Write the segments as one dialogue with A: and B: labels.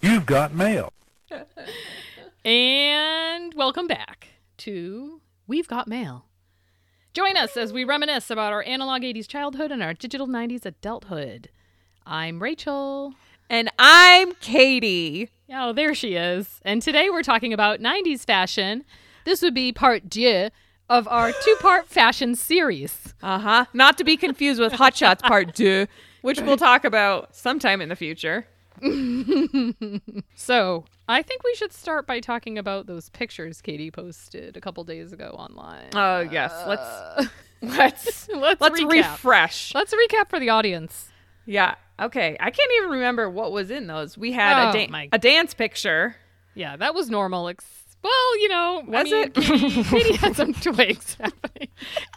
A: You've got mail.
B: And welcome back to We've Got Mail. Join us as we reminisce about our analog 80s childhood and our digital 90s adulthood. I'm Rachel.
C: And I'm Katie.
B: Oh, there she is. And today we're talking about 90s fashion. This would be part deux of our two part fashion series.
C: Uh huh. Not to be confused with Hot Shots Part 2, which we'll talk about sometime in the future.
B: So I think we should start by talking about those pictures Katie posted a couple days ago online.
C: Oh, yes. Let's let's
B: Uh, Let's,
C: let's
B: recap.
C: refresh.
B: Let's recap for the audience.
C: Yeah. Okay. I can't even remember what was in those. We had
B: Oh,
C: a, dan-
B: my-
C: a dance picture.
B: Yeah, that was normal. Ex- well, you know, I
C: Was
B: mean,
C: it?
B: Katie, Katie had some twigs happening.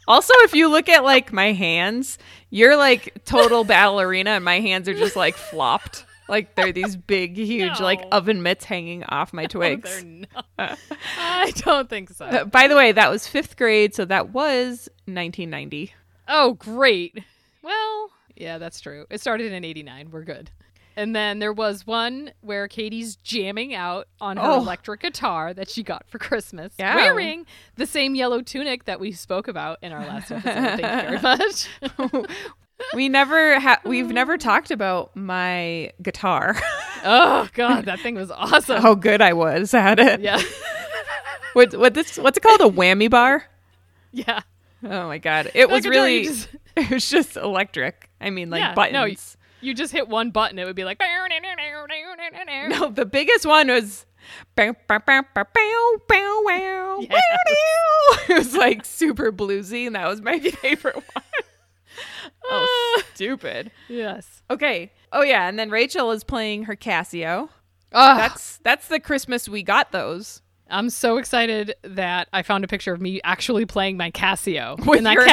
C: Also, if you look at like my hands, you're like total ballerina, and my hands are just like flopped. Like they're these big, huge, like
B: No.
C: oven mitts hanging off my
B: They're
C: twigs.
B: not. I don't think
C: Uh,
B: so.
C: By the way, that was fifth grade, so that was 1990.
B: Oh, great. Well, yeah, that's true. It started in '89. We're good. And then there was one where Katie's jamming out on her
C: Oh.
B: electric guitar that she got for Christmas,
C: Yeah.
B: wearing the same yellow tunic that we spoke about in our last episode. Thank you very much.
C: We never ha- we've never talked about my guitar.
B: oh God, that thing was awesome.
C: How good I was at it.
B: Yeah,
C: What, what this what's it called? A whammy bar?
B: yeah.
C: Oh my god. It was
B: guitar, you
C: really
B: just-
C: it was just electric. I mean like
B: Yeah,
C: buttons.
B: no,
C: No,
B: y- You just hit one button, it would be like. No.
C: the biggest one was bow, bow, bow, bow, bow, bow, wow,
B: Yes.
C: wow, wow. It was like super bluesy and that was my favorite one. oh, stupid.
B: Yes.
C: Okay. Oh yeah, and then Rachel is playing her Casio.
B: Oh,
C: That's that's the Christmas we got those.
B: I'm so excited that I found a picture of me actually playing my Casio.
C: With
B: and that
C: your
B: Casio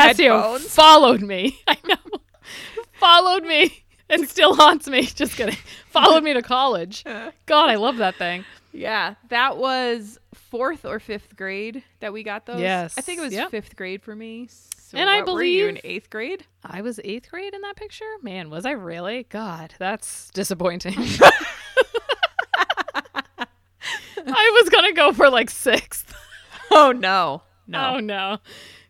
C: headphones?
B: followed me. I know. followed me and still haunts me. Just kidding. Followed me to college. God, I love that thing.
C: Yeah, that was fourth or fifth grade that we got those.
B: Yes.
C: I think it was
B: Yep.
C: fifth grade for me. So
B: And I
C: what were you in
B: believe-
C: eighth grade.
B: I was eighth grade in that picture? Man, was I really? God, that's disappointing. I was going to go for like sixth.
C: Oh no, no. Uh,
B: Oh no.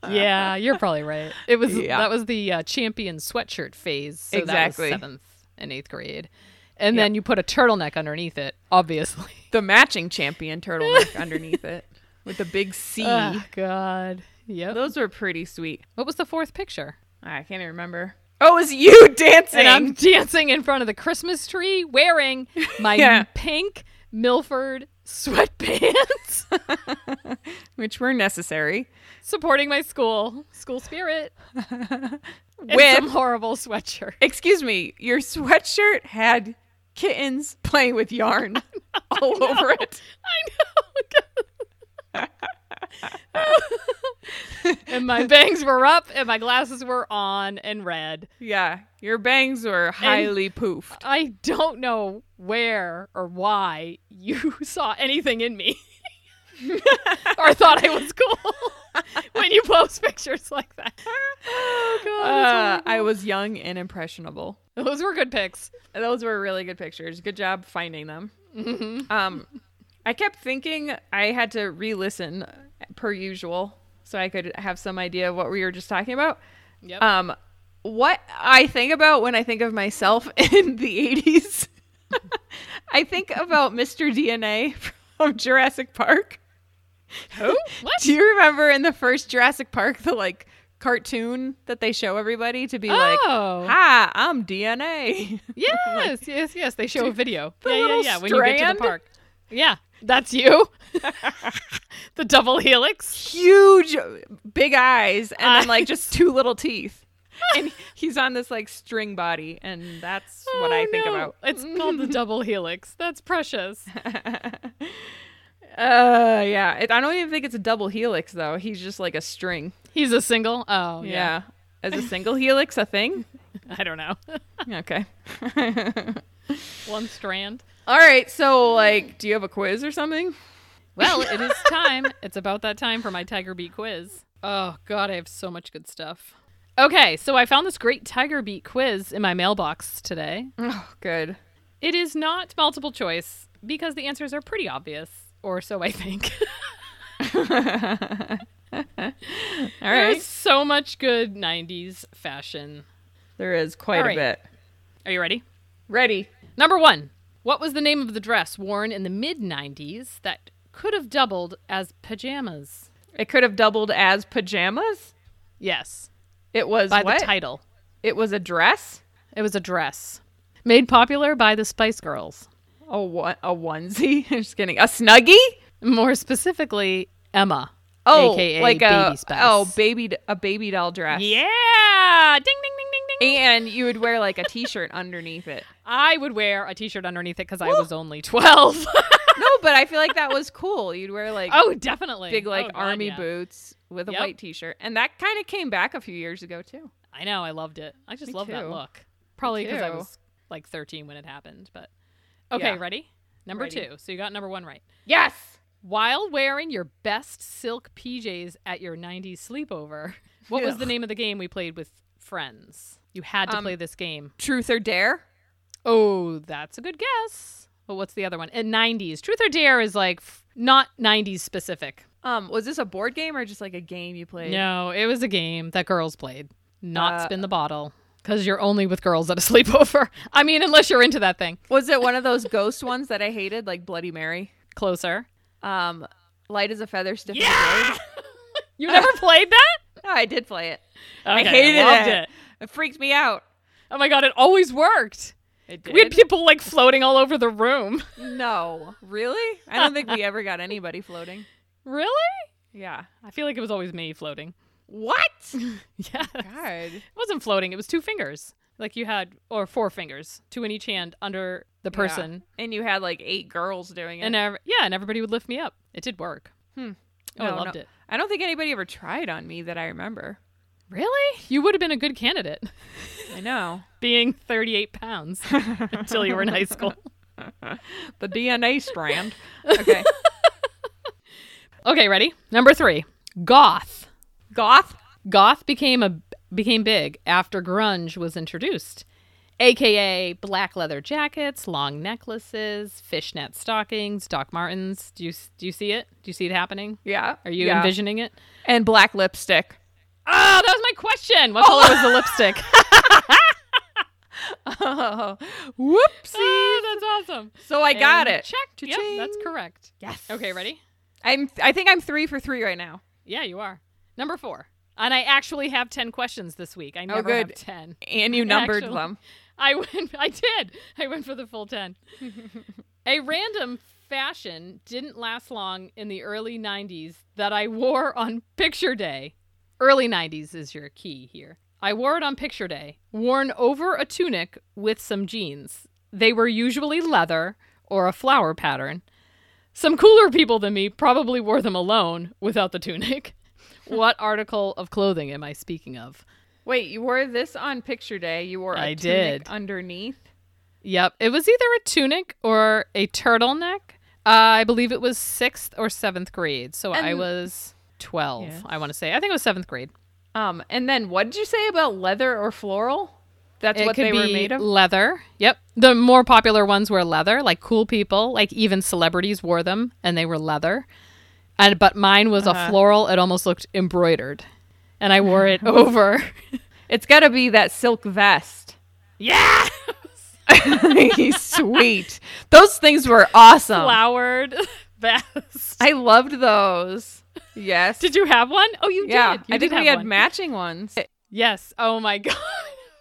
B: Yeah, you're probably right. It was
C: Yeah.
B: that was the uh, champion sweatshirt phase. So
C: Exactly.
B: That was seventh and eighth grade, and then you put a turtleneck underneath it. Obviously.
C: The matching champion turtleneck underneath it with the big C.
B: Oh God. Yep.
C: Those were pretty sweet.
B: What was the fourth picture?
C: I can't even remember. Oh, it was you dancing.
B: And I'm dancing in front of the Christmas tree wearing my
C: Yeah.
B: pink Milford sweatpants,
C: which were necessary.
B: supporting my school, school spirit, and
C: With
B: some horrible sweatshirt.
C: excuse me, your sweatshirt had kittens playing with yarn all over it.
B: And my bangs were up, and my glasses were on and red.
C: Yeah, your bangs were highly poofed.
B: I don't know where or why you saw anything in me or thought I was cool when you post pictures like that. Oh,
C: Uh, I was young and impressionable.
B: Those were good pics.
C: Those were really good pictures. Good job finding them. Um, I kept thinking I had to re-listen per usual so I could have some idea of what we were just talking about.
B: Yep.
C: Um, what I think about when I think of myself in the '80s, I think about Mr. DNA from Jurassic Park.
B: Who? What?
C: Do you remember in the first Jurassic Park the like cartoon that they show everybody to be like,
B: Oh.
C: "Hi, I'm DNA."
B: yes, yes, yes. They show a video.
C: the
B: yeah, yeah,
C: little
B: yeah. When you get to
C: strand?
B: the park. Yeah, that's you. the double helix.
C: Huge big eyes and then like
B: Eyes.
C: just two little teeth. And he's on this like string body and that's what I
B: Oh,
C: think
B: no.
C: about.
B: It's called the double helix. That's precious.
C: Uh yeah, it, I don't even think it's a double helix though. He's just like a string.
B: He's a single. Oh, yeah.
C: Yeah. Is a single helix a thing?
B: I don't know.
C: Okay.
B: One strand.
C: All right, so like do you have a quiz or something?
B: Well, it is time. It's about that time for my Tiger Beat quiz. Oh, God, I have so much good stuff. Okay, so I found this great tiger beat quiz in my mailbox today.
C: Oh, good.
B: It is not multiple choice because the answers are pretty obvious, or so I think.
C: All
B: There's
C: right.
B: so much good 90s fashion.
C: There is quite
B: All right.
C: a bit.
B: Are you ready?
C: Ready.
B: Number one, what was the name of the dress worn in the mid 90s that could have doubled as pajamas?
C: It could have doubled as pajamas.
B: Yes,
C: It was
B: by
C: what?
B: the title.
C: It was a dress.
B: It was a dress made popular by the Spice Girls.
C: A one, a onesie. I'm just kidding. A snuggie.
B: More specifically, Emma.
C: Oh,
B: AKA
C: like
B: Baby
C: a
B: Spice.
C: oh baby a baby doll dress.
B: yeah! Ding, ding, ding, ding, ding.
C: And you would wear like a t-shirt underneath it.
B: I would wear a t shirt underneath it because I was only 12.
C: No, but I feel like that was cool. You'd wear like
B: oh, definitely.
C: big like
B: Oh, God,
C: army
B: yeah.
C: boots with a
B: Yep.
C: white t-shirt, and that kind of came back a few years ago too.
B: I know. I loved it. I just
C: Me
B: love that
C: too.
B: look. Probably because I
C: too.
B: was like 13 when it happened. But okay,
C: Yeah.
B: ready? Number
C: Ready.
B: two. So you got number one right.
C: Yes.
B: While wearing your best silk PJs at your 90s sleepover, what was the
C: Ugh.
B: name of the game we played with friends? You had to
C: Um,
B: play this game.
C: Truth or dare?
B: Oh, that's a good guess. But what's the other one? At 90s. Truth or Dare is like f- not 90s specific.
C: Um, was this a board game or just like a game you played?
B: No, it was a game that girls played. Not
C: Uh,
B: spin the bottle. Because you're only with girls at a sleepover. I mean, unless you're into that thing.
C: Was it one of those ghost ones that I hated, like Bloody Mary?
B: Closer.
C: Um, light as a feather, stiff. as a board?
B: you never played that?
C: No, I did play it.
B: Okay,
C: I hated
B: loved
C: it. It freaked me out.
B: Oh my god, it always worked.
C: It
B: We had people like floating all over the room.
C: no, really? I don't think we ever got anybody floating.
B: Really?
C: Yeah.
B: I feel like it was always me floating.
C: What?
B: Yeah.
C: Oh God.
B: It wasn't floating, it was two fingers. Like you had or four fingers, two in each hand under the person.
C: And you had like eight girls doing it.
B: And ev- yeah, and everybody would lift me up. It did work. Oh, I
C: No,
B: loved
C: no.
B: it.
C: I don't think anybody ever tried on me that I remember.
B: Really? You would have been a good candidate,
C: I know.
B: being 38 pounds until you were in high school.
C: The DNA strand. Okay.
B: Okay, ready? Number three, goth.
C: Goth?
B: Goth became a became big after grunge was introduced, aka black leather jackets, long necklaces, fishnet stockings, Doc Martens. Do you do you see it? Do you see it happening?
C: Yeah.
B: Are you
C: yeah.
B: envisioning it?
C: And black lipstick.
B: Oh, that was my question. What color was the lipstick?
C: Oh, whoopsie.
B: Oh, that's awesome.
C: So I got
B: And
C: it.
B: Checked. Yep, that's correct.
C: Yes.
B: Okay, ready?
C: I'm. I think I'm three for three right now.
B: Yeah, you are. Number four. And I actually have 10 questions this week. I never have
C: Oh, good.
B: 10.
C: And you numbered
B: Actually.
C: them.
B: I went, I did. I went for the full 10. A random fashion didn't last long in the early 90s that I wore on picture day. Early 90s is your key here. I wore it on picture day, worn over a tunic with some jeans. They were usually leather or a flower pattern. Some cooler people than me probably wore them alone without the tunic. what article of clothing am I speaking of?
C: Wait, you wore this on picture day. You wore a
B: I
C: tunic
B: did.
C: underneath.
B: Yep. It was either a tunic or a turtleneck. Uh, I believe it was sixth or seventh grade. So I
C: And-
B: was 12,
C: Yes.
B: I want to say. I think it was seventh grade.
C: Um, and then what did you say about leather or floral? That's
B: it
C: what
B: could
C: they
B: be
C: were made of.
B: leather. Yep. The more popular ones were leather, like cool people, like even celebrities wore them and they were leather. And But mine was a floral. It almost looked embroidered. And I wore it over.
C: It's got to be that silk vest.
B: yeah.
C: Sweet. Those things were awesome.
B: Flowered vest.
C: I loved those. Yes.
B: Did you have one? Oh, you
C: yeah,
B: did. You
C: I think
B: did
C: we
B: have
C: had
B: one.
C: matching ones.
B: Yes. Oh my god.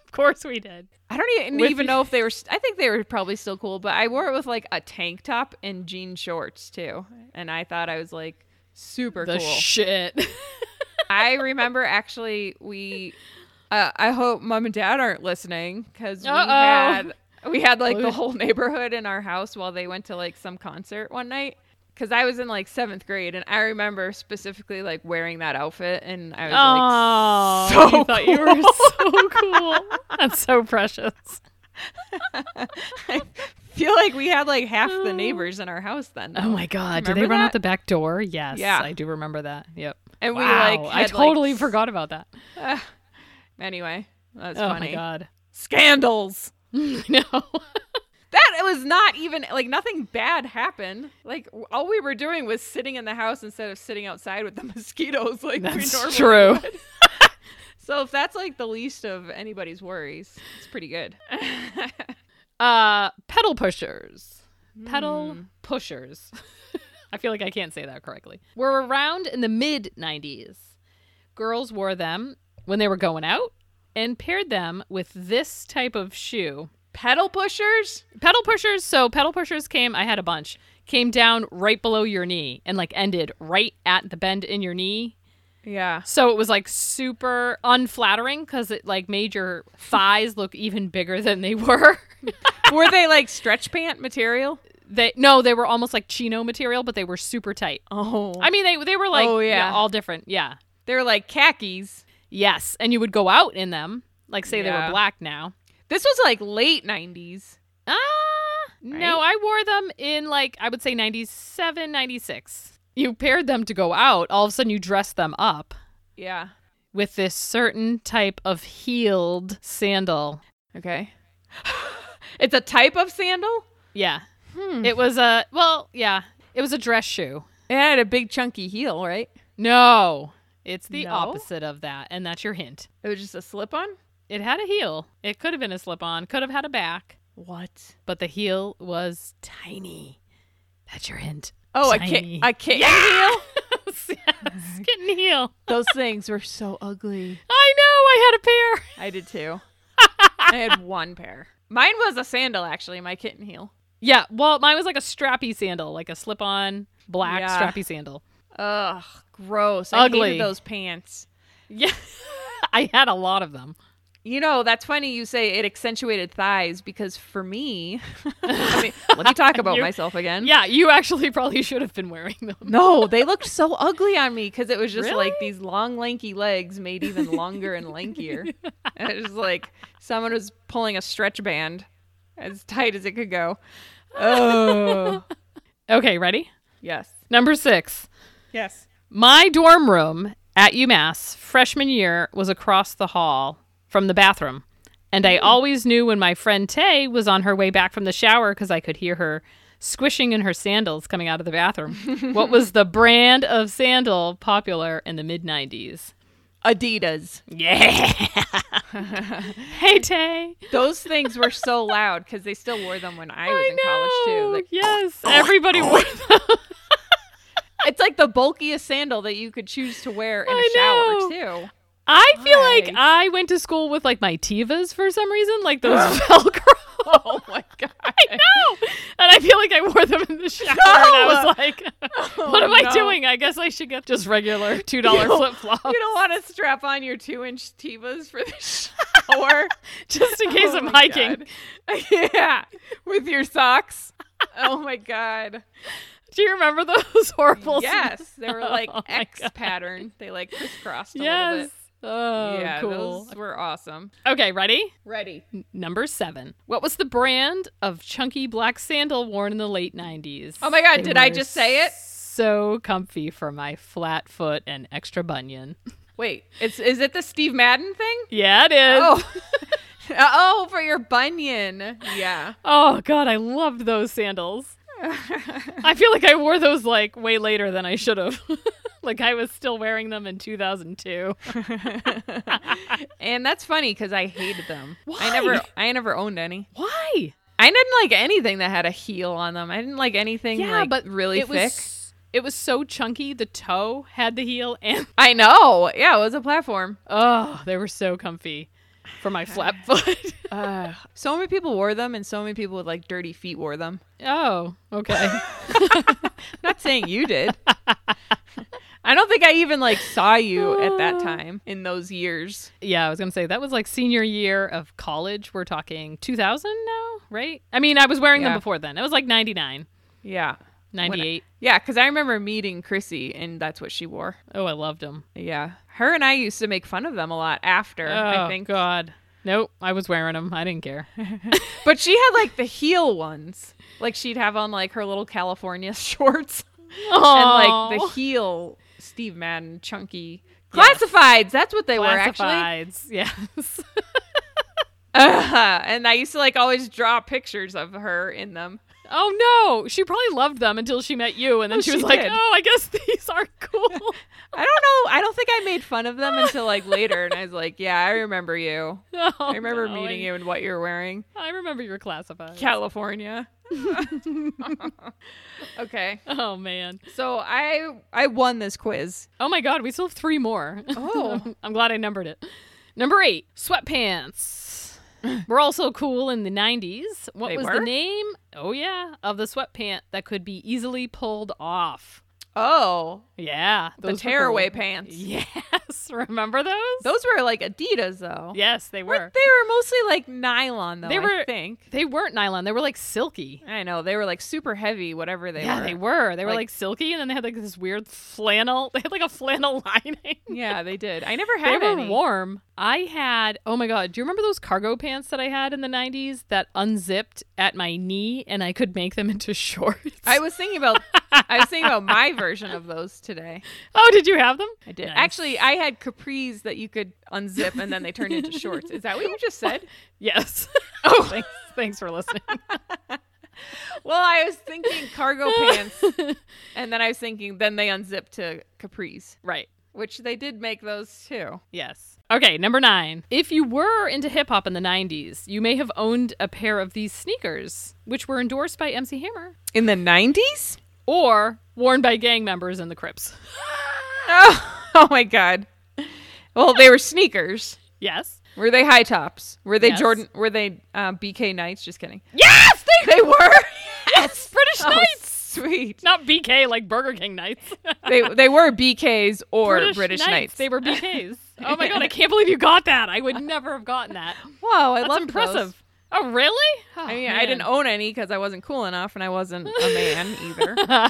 B: of course we did.
C: I don't even,
B: With-
C: even know if they were. st- I think they were probably still cool, but I wore it with like a tank top and jean shorts too, and I thought I was like super
B: The
C: cool.
B: shit.
C: I remember actually we. Uh, I hope mom and dad aren't listening because we
B: Uh-oh.
C: had we had like the
B: Oof.
C: whole neighborhood in our house while they went to like some concert one night. Because I was in like seventh grade, and I remember specifically like wearing that outfit, and I was
B: oh,
C: like, so
B: you thought you were
C: cool.
B: so cool. That's so precious.
C: I feel like we had like half
B: Oh.
C: the neighbors in our house then.
B: Oh my god. Did they
C: Remember
B: run out
C: that?
B: the back door? Yes.
C: Yeah.
B: I do remember that. Yep.
C: And we
B: wow.
C: like
B: I
C: had,
B: totally
C: like,
B: forgot about that.
C: Anyway, that's
B: oh
C: funny.
B: my god.
C: Scandals.
B: no.
C: That was not even like nothing bad happened. Like w- all we were doing was sitting in the house instead of sitting outside with the mosquitoes like we normally.
B: That's true.
C: So if that's like the least of anybody's worries, it's pretty good.
B: Uh, pedal pushers. Pedal pushers. I feel like I can't say that correctly. Were around in the mid 90s. Girls wore them when they were going out and paired them with this type of shoe.
C: Pedal pushers?
B: Pedal pushers. So, pedal pushers came, I had a bunch, came down right below your knee and like ended right at the bend in your knee.
C: Yeah.
B: So it was like super unflattering because it like made your thighs look even bigger than they were.
C: were they like stretch pant material?
B: They no, they were almost like chino material, but they were super tight.
C: Oh.
B: I mean, they they were like
C: Oh,
B: yeah.
C: yeah.
B: all different. Yeah.
C: They're like khakis.
B: Yes, and you would go out in them. Like say they
C: Yeah.
B: were black now.
C: This was like late 90s.
B: Ah,
C: Right?
B: no, I wore them in like I would say 97, 96. You paired them to go out. All of a sudden, you dressed them up
C: Yeah.
B: with this certain type of heeled sandal.
C: Okay. it's a type of sandal?
B: Yeah,
C: Hmm.
B: it was a well, yeah, it was a dress shoe.
C: It had a big chunky heel, right?
B: No, it's the
C: No?
B: opposite of that, and that's your hint.
C: It was just a slip on?
B: It had a heel. It could have been a slip on, could have had a back,
C: What?
B: but the heel was tiny. That's your hint.
C: Oh, a,
B: Tiny.
C: ki- a kitten heel?
B: Yes, kitten heel.
C: Those things were so ugly.
B: I know, I had a pair.
C: I did too. I had one pair. Mine was a sandal, actually, my kitten heel.
B: Yeah, well, mine was like a strappy sandal, like a slip on black
C: Yeah.
B: strappy sandal.
C: Ugh, gross. I
B: Ugly.
C: hated those pants.
B: Yeah, I had a lot of them.
C: You know, that's funny you say it accentuated thighs because for me, I mean, let me talk about
B: You-
C: myself again.
B: Yeah, you actually probably should have been wearing them.
C: No, they looked so ugly on me because it was just
B: Really?
C: like these long, lanky legs made even longer and lankier. And it was like someone was pulling a stretch band as tight as it could go. Oh,
B: Okay, ready?
C: yes.
B: Number six.
C: Yes.
B: My dorm room at UMass freshman year was across the hall from the bathroom. And
C: Hmm.
B: I always knew when my friend Tay was on her way back from the shower because I could hear her squishing in her sandals coming out of the bathroom. what was the brand of sandal popular in the mid 90s?
C: Adidas.
B: Yeah. hey, Tay.
C: Those things were so loud because they still wore them when I was in college too. Like, Oh.
B: yes. Everybody wore them.
C: it's like the bulkiest sandal that you could choose to wear in a
B: I
C: shower too.
B: I feel like
C: Nice.
B: I went to school with like my Tivas for some reason, like those Velcro.
C: Oh my god! I
B: no. And I feel like I wore them in the shower, and I was like, "What am I
C: Oh, no.
B: doing? I guess I should get just regular two dollar
C: You-
B: flip flops,
C: You don't want to strap on your two-inch tivas for the shower.
B: just in case
C: Oh
B: I'm
C: my
B: hiking."
C: God. yeah, with your socks. Oh my god!
B: Do you remember those horrible?
C: yes, they were like
B: Oh my
C: X pattern. They like crisscrossed a little
B: Yes.
C: bit.
B: Oh,
C: yeah,
B: cool.
C: those were awesome.
B: Okay, ready?
C: Ready?
B: N- Number seven. What was the brand of chunky black sandal worn in the late '90s?
C: Oh my God,
B: They
C: did I
B: were
C: just say it?
B: So comfy for my flat foot and extra bunion.
C: Wait, it's is it the Steve Madden thing?
B: Yeah, it is.
C: Oh. oh, for your bunion. Yeah.
B: Oh god, I loved those sandals. I feel like I wore those like way later than I should have. like I was still wearing them in 2002.
C: and that's funny because I hated them.
B: Why?
C: I never, I never owned any.
B: Why?
C: I didn't like anything that had a heel on them. I didn't like anything
B: Yeah,
C: like
B: but
C: really
B: it
C: thick.
B: was it was so chunky. The toe had the heel, and
C: I know. Yeah, it was a platform.
B: oh, they were so comfy for my flat foot.
C: Ugh. so many people wore them, and so many people with like dirty feet wore them.
B: oh, okay.
C: Not saying you did. I don't think I even like saw you at that time in those years.
B: yeah, I was gonna say that was like senior year of college. We're talking 2000 now, right? I mean, I was wearing them
C: Yeah.
B: before then. It was like 99,
C: Yeah.
B: 98.
C: Yeah, because I remember meeting Chrissy, and that's what she wore.
B: oh, I loved them.
C: Yeah. Her and I used to make fun of them a lot after, I
B: Oh,
C: think.
B: God. Nope, I was wearing them. I didn't care.
C: But she had like the heel ones. Like she'd have on like her little California shorts and like the heel Steve Madden chunky Classifieds. That's what they were actually.
B: Classifieds. Yes.
C: Uh, and I used to like always draw pictures of her in them.
B: oh no, she probably loved them until she met you, and then
C: Oh,
B: she was
C: she
B: like,
C: did.
B: "Oh, I guess these are cool."
C: I don't know. I don't think I made fun of them until like later, and I was like, "Yeah, I remember you.
B: No,
C: I remember
B: no,
C: meeting
B: I-
C: you and what you're wearing."
B: I remember your classified.
C: California. okay,
B: Oh man.
C: so I I won this quiz.
B: Oh my god, we still have three more.
C: Oh.
B: I'm glad I numbered it. Number eight, sweatpants. We're also cool in the 90s. What
C: They
B: was
C: were?
B: the name? Oh yeah, of the sweatpant that could be easily pulled off.
C: Oh,
B: Yeah,
C: the
B: those were
C: tearaway
B: cool.
C: pants.
B: Yes, remember those?
C: Those were like Adidas though.
B: Yes, they were.
C: Weren't- They were mostly like nylon though.
B: They
C: I
B: were-
C: think.
B: They weren't nylon. They were like silky.
C: I know they were like super heavy, whatever they
B: yeah,
C: were.
B: they were. They were
C: Like-
B: like, silky, and then they had like this weird flannel. They had like a flannel lining.
C: Yeah, they did. I never
B: They
C: had
B: were
C: any.
B: warm. I had, oh my God, do you remember those cargo pants that I had in the 90s that unzipped at my knee and I could make them into shorts?
C: I was thinking about I was thinking about my version of those today.
B: oh, did you have them?
C: I did.
B: Nice.
C: Actually, I had capris that you could unzip and then they turned into shorts. Is that what you just said?
B: Yes. Oh, thanks, thanks for listening.
C: Well, I was thinking cargo pants and then I was thinking then they unzipped to capris,
B: right.
C: which they did make those too.
B: Yes. Okay, number nine. If you were into hip hop in the 90s, you may have owned a pair of these sneakers, which were endorsed by MC Hammer
C: In the 90s?
B: or worn by gang members in the Crips.
C: Oh, oh my god. Well, they were sneakers.
B: Yes.
C: Were they high tops? Were they
B: Yes.
C: Jordan? Were they uh, BK Knights? Just kidding.
B: Yes! They,
C: They were.
B: yes! British
C: Oh,
B: Knights!
C: sweet.
B: Not BK like Burger King Nights.
C: they they were BKs or British, Knights.
B: They were BKs. oh my god, I can't believe you got that. I would never have gotten that.
C: Whoa, I
B: That's
C: love
B: impressive. Oh really? Oh,
C: I mean, I didn't
B: man.
C: own any because I wasn't cool enough, and I wasn't a man either. oh,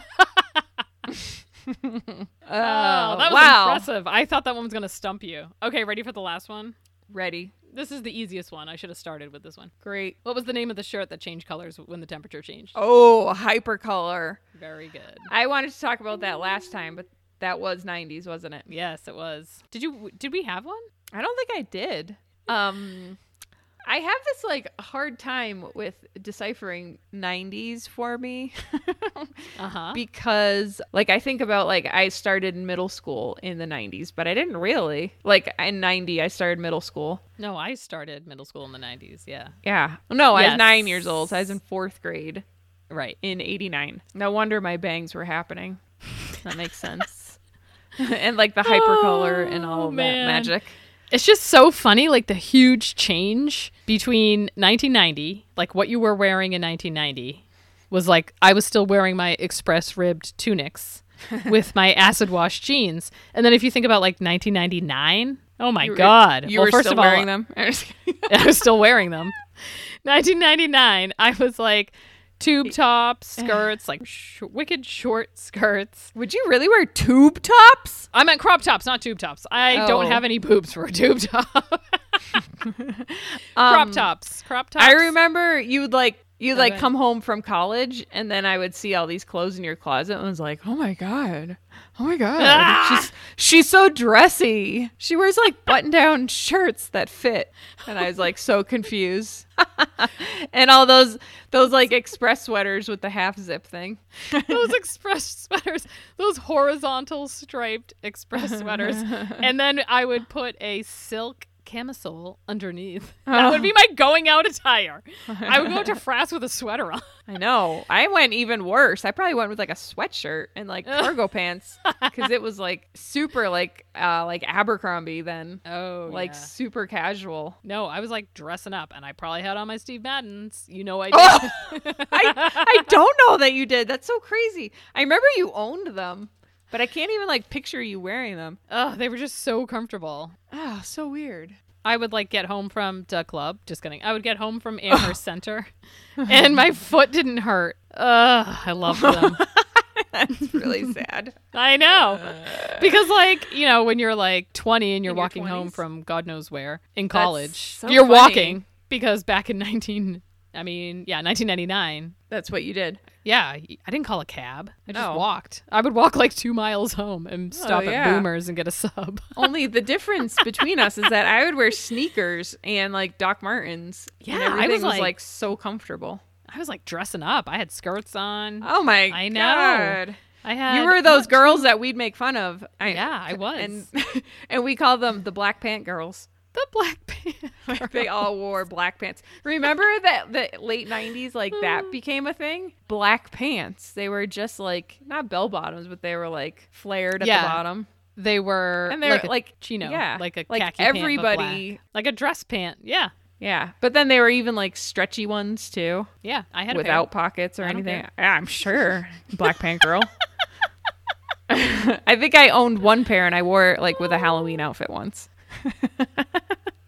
B: Oh, that was
C: wow.
B: impressive. I thought that one was gonna stump you. Okay, ready for the last one?
C: Ready?
B: This is the easiest one. I should have started with this one.
C: Great.
B: What was the name of the shirt that changed colors when the temperature changed?
C: Oh, hypercolor.
B: Very good.
C: I wanted to talk about that last time, but that was '90s, wasn't it?
B: Yes, it was. Did you? Did we have one?
C: I don't think I did. Um, I have this like hard time with deciphering '90s for me.
B: Uh huh.
C: Uh-huh. because like I think about like I started middle school in the 90s, but I didn't really. Like in 90 I started middle school.
B: no, I started middle school in the '90s. Yeah.
C: Yeah. No, I was
B: Yes.
C: 9 years old. So I was in 4th grade
B: Right.
C: in 89. No wonder my bangs were happening. That makes sense. and like the hypercolor and all
B: Oh,
C: of
B: man.
C: that magic.
B: It's just so funny, like the huge change between 1990, like what you were wearing in 1990 was like I was still wearing my express ribbed tunics with my acid wash jeans. And then if you think about like 1999, oh my God.
C: You
B: well,
C: were
B: first
C: still
B: of all,
C: wearing them. I'm just kidding.
B: I was still wearing them. 1999, I was like tube tops, skirts, like sh- wicked short skirts.
C: Would you really wear tube tops?
B: I meant crop tops, not tube tops. I don't
C: Oh.
B: have any boobs for a tube top.
C: Um,
B: crop tops. Crop tops.
C: I remember you'd like you'd like
B: Okay.
C: come home from college and then I would see all these clothes in your closet and was like, Oh my god. Oh my god.
B: Ah!
C: She's she's so dressy. She wears like button down shirts that fit. And I was like so confused. and all those those like express sweaters with the half zip thing.
B: those express sweaters, those horizontal striped express sweaters. and then I would put a silk camisole underneath. That would be my going out attire. I would go out to Frass with a sweater on.
C: I know. I went even worse. I probably went with like a sweatshirt and like cargo pants cuz it was like super like uh like Abercrombie then.
B: Oh,
C: like super casual.
B: no, I was like dressing up, and I probably had on my Steve Maddens. You know I did.
C: Oh, I, I don't know that you did. That's so crazy. I remember you owned them, but I can't even like picture you wearing them.
B: Ugh, they were just so comfortable.
C: Oh, so weird.
B: I would like get home from the club. Just kidding. I would get home from Amherst Center, and my foot didn't hurt. Ugh, I love them.
C: That's really sad.
B: I know, because like you know when you're like 20 and you're
C: In your
B: walking home
C: 20s?
B: from God knows where in college,
C: so
B: you're
C: funny.
B: walking because back in 19, I mean yeah 1999,
C: That's what you did.
B: Yeah, I didn't call a cab. I just
C: No.
B: walked. I would walk like two miles home and stop
C: Oh. yeah.
B: at Boomers and get a sub.
C: Only the difference between us is that I would wear sneakers and like Doc Martens.
B: Yeah,
C: and
B: I was
C: everything was
B: like-
C: like, so comfortable.
B: I was like dressing up. I had skirts on.
C: Oh my
B: I know.
C: god!
B: I had.
C: You were those girls that we'd make fun of. I,
B: Yeah, I was.
C: and and we called them the black pant girls.
B: the black pants.
C: Like, they all wore black pants. Remember that the late '90s, like that became a thing. Black pants. They were just like not bell bottoms, but they were like flared at
B: Yeah.
C: the bottom.
B: They were
C: And they're,
B: a
C: like,
B: chino,
C: yeah,
B: like a
C: like
B: khaki pant, but
C: everybody-
B: black. like a dress pant. Yeah,
C: Yeah, but then they were even like stretchy ones too,
B: yeah. I had a pair.
C: without pockets or
B: I don't
C: anything.
B: care.
C: Yeah, I'm sure, black pant girl. I think I owned one pair and I wore it like with a Halloween outfit once.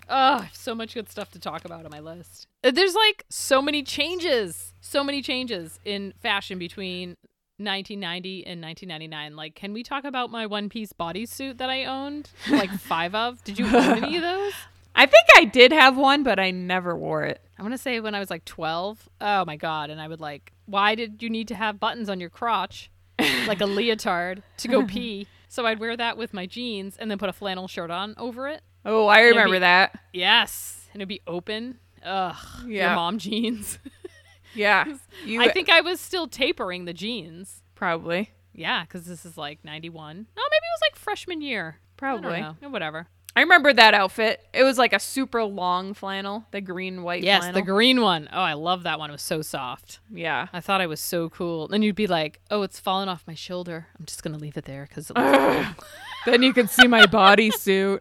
B: Oh, I have so much good stuff to talk about on my list. Uh, There's like so many changes, so many changes in fashion between 1990 and 1999. Like, can we talk about my one piece bodysuit that I owned? Like five of? Did you own any of those?
C: I think I did have one, but I never wore it.
B: I want to say when I was like 12. Oh my God. And I would like, why did you need to have buttons on your crotch, like a leotard, to go pee? So I'd wear that with my jeans and then put a flannel shirt on over it.
C: Oh, I remember
B: be-
C: that.
B: Yes. And it'd be open. Ugh. Your
C: Yeah.
B: mom jeans.
C: Yeah, you
B: I think I was still tapering the jeans.
C: probably.
B: Yeah, because this is like 91. No, maybe it was like freshman year. I
C: Probably.
B: don't know. Whatever.
C: I remember that outfit. It was like a super long flannel, the green white
B: Yes,
C: flannel.
B: the green one. Oh, I love that one. It was so soft.
C: yeah.
B: I thought I was so cool. Then you'd be like, oh, it's fallen off my shoulder. I'm just going to leave it there because it looks
C: then you could see my bodysuit.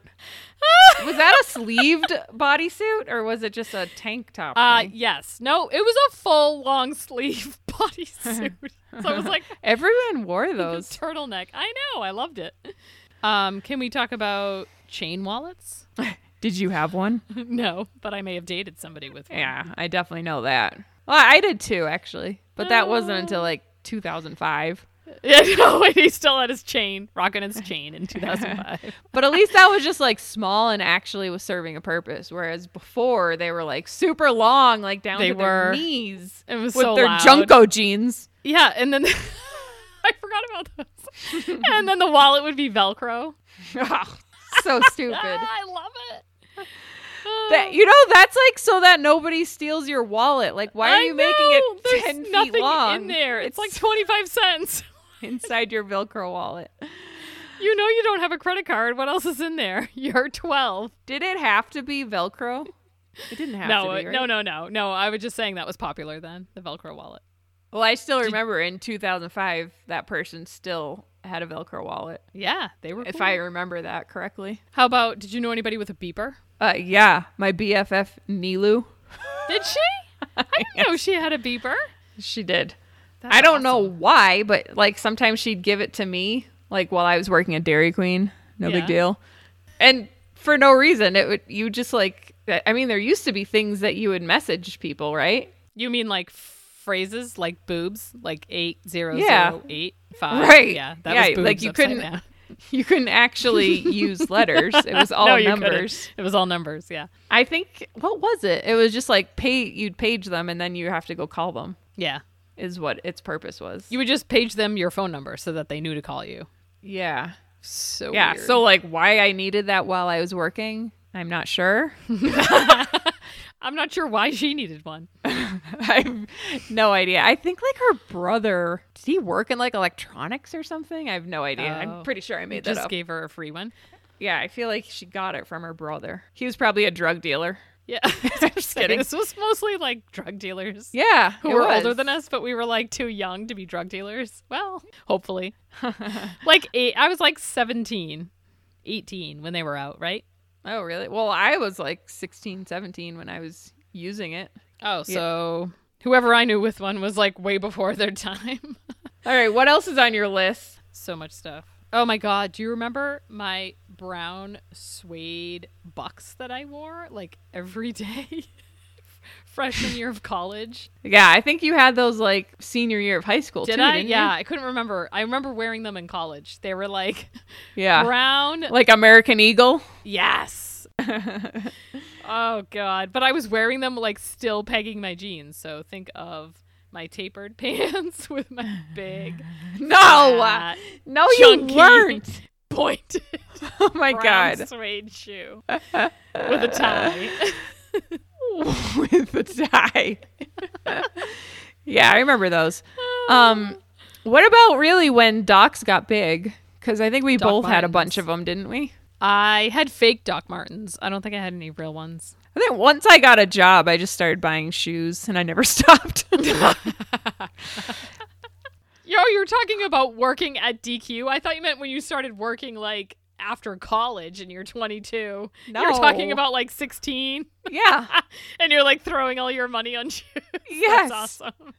C: was that a sleeved bodysuit or was it just a tank top?
B: Uh,
C: thing?
B: yes. No, it was a full long sleeve bodysuit. so it was like
C: Everyone wore
B: a
C: those.
B: turtleneck. I know. I loved it. Um, can we talk about chain wallets?
C: Did you have one?
B: no, but I may have dated somebody with one.
C: Yeah, I definitely know that. Well, I did too, actually. But that wasn't until
B: Uh.
C: like 2005.
B: Yeah, no, and he still had his chain, rocking his chain in 2005.
C: But at least that was just like small and actually was serving a purpose. Whereas before, they were like super long, like down
B: They
C: to
B: were.
C: their knees.
B: It was
C: with
B: so
C: their
B: loud.
C: Junko jeans.
B: yeah, and then I forgot about those. and then the wallet would be Velcro.
C: so stupid.
B: Ah, I love it. Oh,
C: That, you know, that's like so that nobody steals your wallet. Like, why are
B: I
C: you
B: know,
C: making
B: there's
C: it 10
B: nothing
C: feet long?
B: in there. It's, like 25 cents.
C: inside your Velcro wallet.
B: You know you don't have a credit card. What else is in there? You're 12.
C: Did it have to be Velcro? It didn't have
B: No,
C: to
B: uh,
C: be. Right?
B: no, no, no, no. I was just saying that was popular then, the Velcro wallet.
C: Well, I still remember in 2005 that person still had a Velcro wallet.
B: Yeah, they were.
C: If
B: cool.
C: I remember that correctly.
B: How about? Did you know anybody with a beeper?
C: Uh, yeah, my BFF Nilu.
B: Did she? I didn't know she had a beeper.
C: She did.
B: That's
C: I don't know
B: awesome.
C: why, but like sometimes she'd give it to me, like while I was working at Dairy Queen. No
B: Yeah.
C: big deal. And for no reason, it would you just like. I mean, there used to be things that you would message people, right?
B: You mean like phrases like boobs, like eight zero
C: Yeah.
B: zero eight five?
C: Right.
B: Yeah, that
C: Yeah,
B: was boobs
C: like you
B: upside
C: couldn't-
B: down.
C: You couldn't actually use letters. It was all
B: No, you couldn't.
C: numbers.
B: It was all numbers. Yeah.
C: I think what was it? It was just like pay. You'd page them, and then you have to go call them.
B: Yeah.
C: Is what its purpose was.
B: You would just page them your phone number so that they knew to call you.
C: yeah.
B: So
C: Yeah.
B: weird.
C: So like, why I needed that while I was working, I'm not sure.
B: I'm not sure why she needed one.
C: I've no idea. I think like her brother did he work in like electronics or something? I have no idea.
B: Oh.
C: I'm pretty sure I made that
B: Just
C: up.
B: gave her a free one.
C: yeah, I feel like she got it from her brother. He was probably a drug dealer.
B: Yeah. Just
C: kidding.
B: This was mostly like drug dealers.
C: Yeah,
B: Who were older than us, but we were like too young to be drug dealers. Well, hopefully. like eight, I was like 17, 18 when they were out, right?
C: Oh, really? Well, I was like 16, 17 when I was using it.
B: Oh, so whoever I knew with one was like way before their time.
C: All right, what else is on your list?
B: so much stuff. Oh my god, do you remember my brown suede bucks that I wore like every day? Freshman year of college.
C: Yeah, I think you had those like senior year of high school
B: Did
C: too,
B: I?
C: didn't
B: Yeah, I couldn't remember. I remember wearing them in college. They were like
C: you? Yeah.
B: brown.
C: Like American Eagle.
B: Yes. oh god, but I was wearing them like still pegging my jeans. So think of my tapered pants with my big
C: No,
B: fat,
C: uh, no,
B: chunky
C: Oh, you weren't.
B: pointed
C: Oh my
B: brown
C: god,
B: suede shoe with a tie.
C: with the tie. yeah, I remember those. Um, what about really when Docs got big? Because I think we
B: Doc
C: both had a
B: Martens.
C: bunch of them, didn't we?
B: I had fake Doc Martens. I don't think I had any real ones.
C: I think once I got a job, I just started buying shoes, and I never stopped.
B: Yo, you were talking about working at DQ. I thought you meant when you started working like after college and you're 22. You're talking
C: No.
B: about like 16
C: yeah,
B: and you're like throwing all your money on shoes.
C: yes.
B: That's awesome.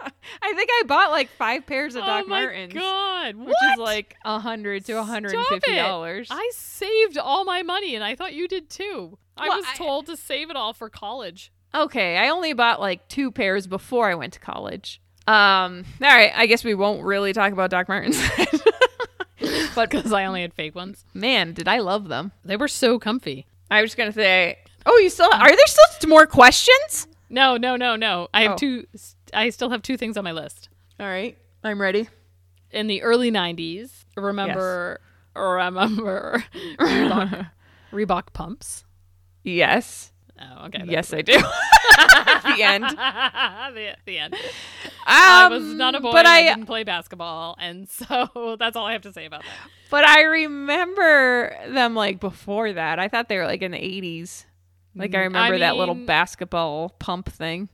C: I think I bought like five pairs of Doc
B: oh my
C: Martens,
B: god.
C: which
B: what?
C: is like a hundred to a hundred and fifty dollars.
B: I saved all my money and I thought you did too. I
C: Well,
B: was
C: I-
B: told to save it all for college.
C: Okay, I only bought like two pairs before I went to college. Um, all right, I guess we won't really talk about Doc Martens. but
B: Because I only had fake ones.
C: man, did I love them.
B: They were so comfy.
C: I was gonna say, oh, you still are there still more questions?
B: No, no, no, no. I have
C: Oh.
B: two. I still have two things on my list.
C: All right, I'm ready.
B: In the early '90s, remember, remember, Reebok, Reebok pumps.
C: Yes,
B: Oh, okay.
C: yes, I do. the end. Um,
B: the, the end. I was not a boy,
C: but
B: and I,
C: I
B: didn't play basketball, and so that's all I have to say about that.
C: but I remember them like before that. I thought they were like in the '80s. Like
B: Mm,
C: I
B: I
C: remember that little
B: mean-
C: basketball pump thing.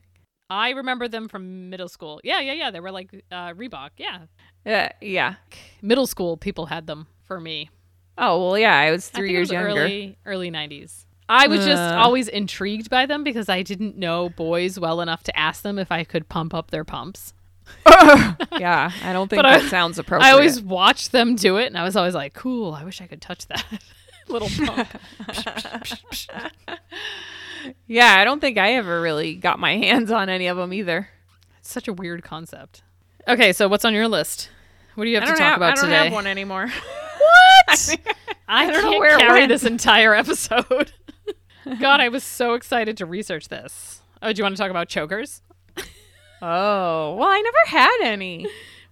B: I remember them from middle school. Yeah, yeah, yeah. They were like uh, Reebok. Yeah,
C: Uh, yeah.
B: middle school people had them for me.
C: Oh well, yeah. I was
B: I
C: three
B: think it
C: years
B: was
C: younger.
B: Early, early 90s. I was just
C: Uh.
B: always intrigued by them because I didn't know boys well enough to ask them if I could pump up their pumps.
C: yeah, I don't think
B: But I-
C: that sounds appropriate.
B: I always watched them do it and I was always like, cool, I wish I could touch that little pump.
C: yeah, I don't think I ever really got my hands on any of them either.
B: it's such a weird concept. Okay, so what's on your list? What do you have
C: I
B: to
C: don't
B: talk
C: have,
B: about
C: I don't
B: today?
C: have one anymore.
B: What? I,
C: don't know
B: can't
C: where it
B: carry
C: went.
B: this entire episode. God, I was so excited to research this. Oh, do you want to talk about chokers?
C: oh well, I never had any.